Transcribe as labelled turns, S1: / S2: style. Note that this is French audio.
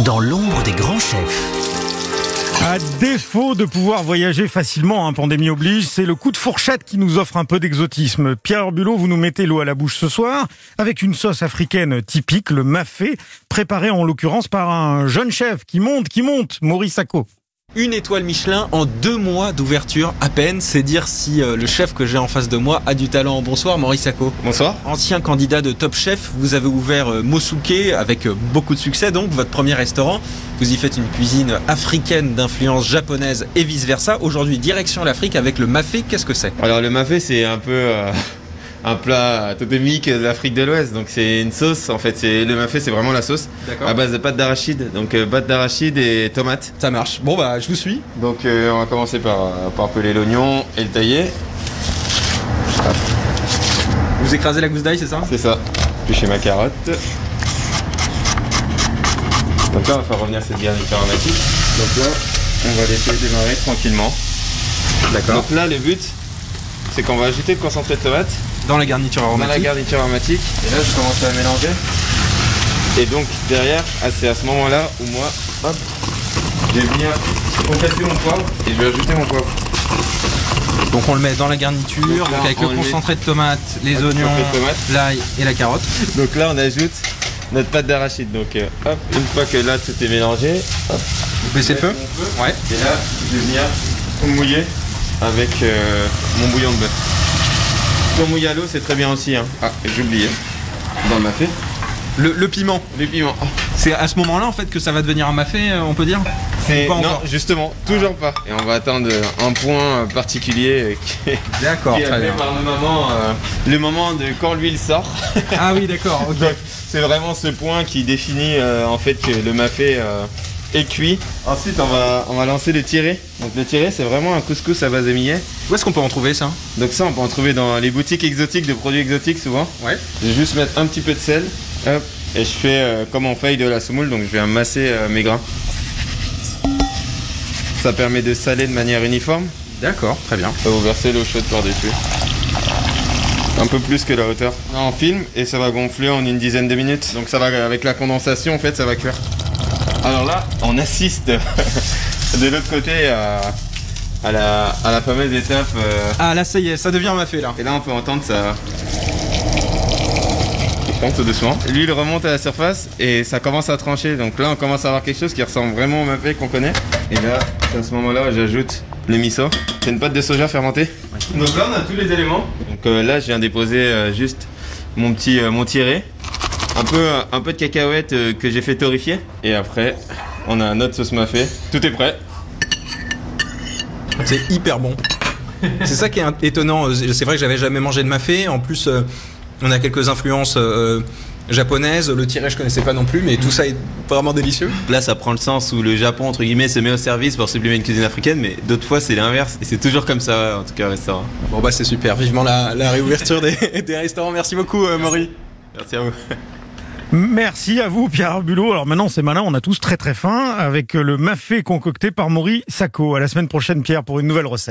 S1: dans l'ombre des grands chefs.
S2: À défaut de pouvoir voyager facilement, hein, pandémie oblige, c'est le coup de fourchette qui nous offre un peu d'exotisme. Pierre Bulot, vous nous mettez l'eau à la bouche ce soir avec une sauce africaine typique, le mafé, préparée en l'occurrence par un jeune chef qui monte, qui monte, Maurice Acco.
S3: Une étoile Michelin en deux mois d'ouverture à peine, c'est dire si euh, le chef que j'ai en face de moi a du talent. Bonsoir Maurice Sacco.
S4: Bonsoir.
S3: Ancien candidat de Top Chef, vous avez ouvert euh, Mosuke avec euh, beaucoup de succès, donc votre premier restaurant. Vous y faites une cuisine africaine d'influence japonaise et vice-versa. Aujourd'hui, direction l'Afrique avec le mafé, qu'est-ce que c'est
S4: Alors le mafé c'est un peu euh, un plat totémique de l'Afrique de l'Ouest, donc c'est une sauce en fait. C'est le mafé c'est vraiment la sauce
S3: D'accord.
S4: à base de pâte d'arachide, donc euh, pâte d'arachide et tomates.
S3: Ah bah, Ça marche. Bon bah je vous suis.
S4: Donc euh, on va commencer par, euh, par peler l'oignon et le tailler.
S3: Vous écrasez la gousse d'ail, c'est ça
S4: C'est ça. Puis ma carotte. Donc là on va faire revenir cette garniture aromatique. Donc là on va laisser démarrer tranquillement.
S3: D'accord.
S4: Donc là le but c'est qu'on va ajouter le concentré de tomate.
S3: Dans la garniture
S4: On a la
S3: aromatique.
S4: garniture aromatique et là je commence à mélanger. Et donc derrière, ah, c'est à ce moment-là où moi, hop, je vais venir concasser mon poivre et je vais ajouter mon poivre.
S3: Donc on le met dans la garniture,
S4: Donc là,
S3: donc avec le
S4: on le met-
S3: concentré de tomate, les
S4: Avec le
S3: oignons,
S4: concentré de tomate.
S3: l'ail et la carotte.
S4: Donc là on ajoute notre pâte d'arachide. Donc euh, hop, une fois que là tout est mélangé, hop,
S3: Vous baissez le feu Ouais.
S4: et là je vais venir mouiller avec euh, mon bouillon de bœuf. Pour mouiller à l'eau c'est très bien aussi. hein. Ah, j'ai oublié. Dans le mafé,
S3: Le, le piment.
S4: les piments.
S3: C'est à ce moment-là en fait que ça va devenir un mafé, euh, on peut dire
S4: C'est-
S3: Ou pas
S4: non,
S3: encore
S4: justement, toujours pas. Et on va atteindre un point particulier euh, qui est,
S3: D'accord,
S4: qui est
S3: très
S4: appelé
S3: bien.
S4: par le moment, euh, le moment de quand l'huile sort.
S3: Ah oui, d'accord, ok.
S4: Donc, c'est vraiment ce point qui définit euh, en fait que le mafé euh, est cuit. Ensuite, on va, on va lancer le tiré. Donc le tiré, c'est vraiment un couscous à base de millet.
S3: Où est-ce qu'on peut en trouver ça
S4: Donc ça, on peut en trouver dans les boutiques exotiques de produits exotiques souvent.
S3: Ouais.
S4: Je vais juste mettre un petit peu de sel. Hop. Et je fais euh, comme on fait de la semoule, donc je vais amasser euh, mes grains. Ça permet de saler de manière uniforme.
S3: D'accord, très bien.
S4: Ça va vous verser l'eau chaude par-dessus. Un peu plus que la hauteur. Là, on filme et ça va gonfler en une dizaine de minutes. Donc ça va avec la condensation en fait ça va cuire. Alors là on assiste de l'autre côté à, à la, à la fameuse étape. euh,
S3: Ah là, ça y est, ça devient un mafé là.
S4: et là, on peut entendre ça. On monte doucement. L'huile remonte à la surface et ça commence à trancher. Donc là, on commence à avoir quelque chose qui ressemble vraiment au mafé qu'on connaît. Et là, c'est à ce moment-là, où j'ajoute le miso. C'est une pâte de soja fermentée. Donc là, on a tous les éléments. Donc euh, là, je viens déposer euh, juste mon petit euh, mon tiré. Un peu, euh, un peu de cacahuètes euh, que j'ai fait torréfier. Et après, on a notre sauce mafé. Tout est prêt.
S3: C'est hyper bon. C'est ça qui est int- étonnant. euh, C'est vrai que j'avais jamais mangé de mafé. En plus, euh, on a quelques influences euh, japonaises. Le tiré, je connaissais pas non plus, mais tout ça est vraiment délicieux.
S4: Là, ça prend le sens où le Japon, entre guillemets, se met au service pour sublimer une cuisine africaine, mais d'autres fois, c'est l'inverse. Et c'est toujours comme ça, en tout cas, au restaurant.
S3: Bon bah c'est super. Vivement la, la réouverture des, des restaurants. Merci beaucoup, euh, Maury.
S4: Merci à vous.
S2: Merci à vous Pierre Bulot. Alors maintenant c'est malin, on a tous très très faim avec le mafé concocté par Maurice Sacco. À la semaine prochaine Pierre pour une nouvelle recette.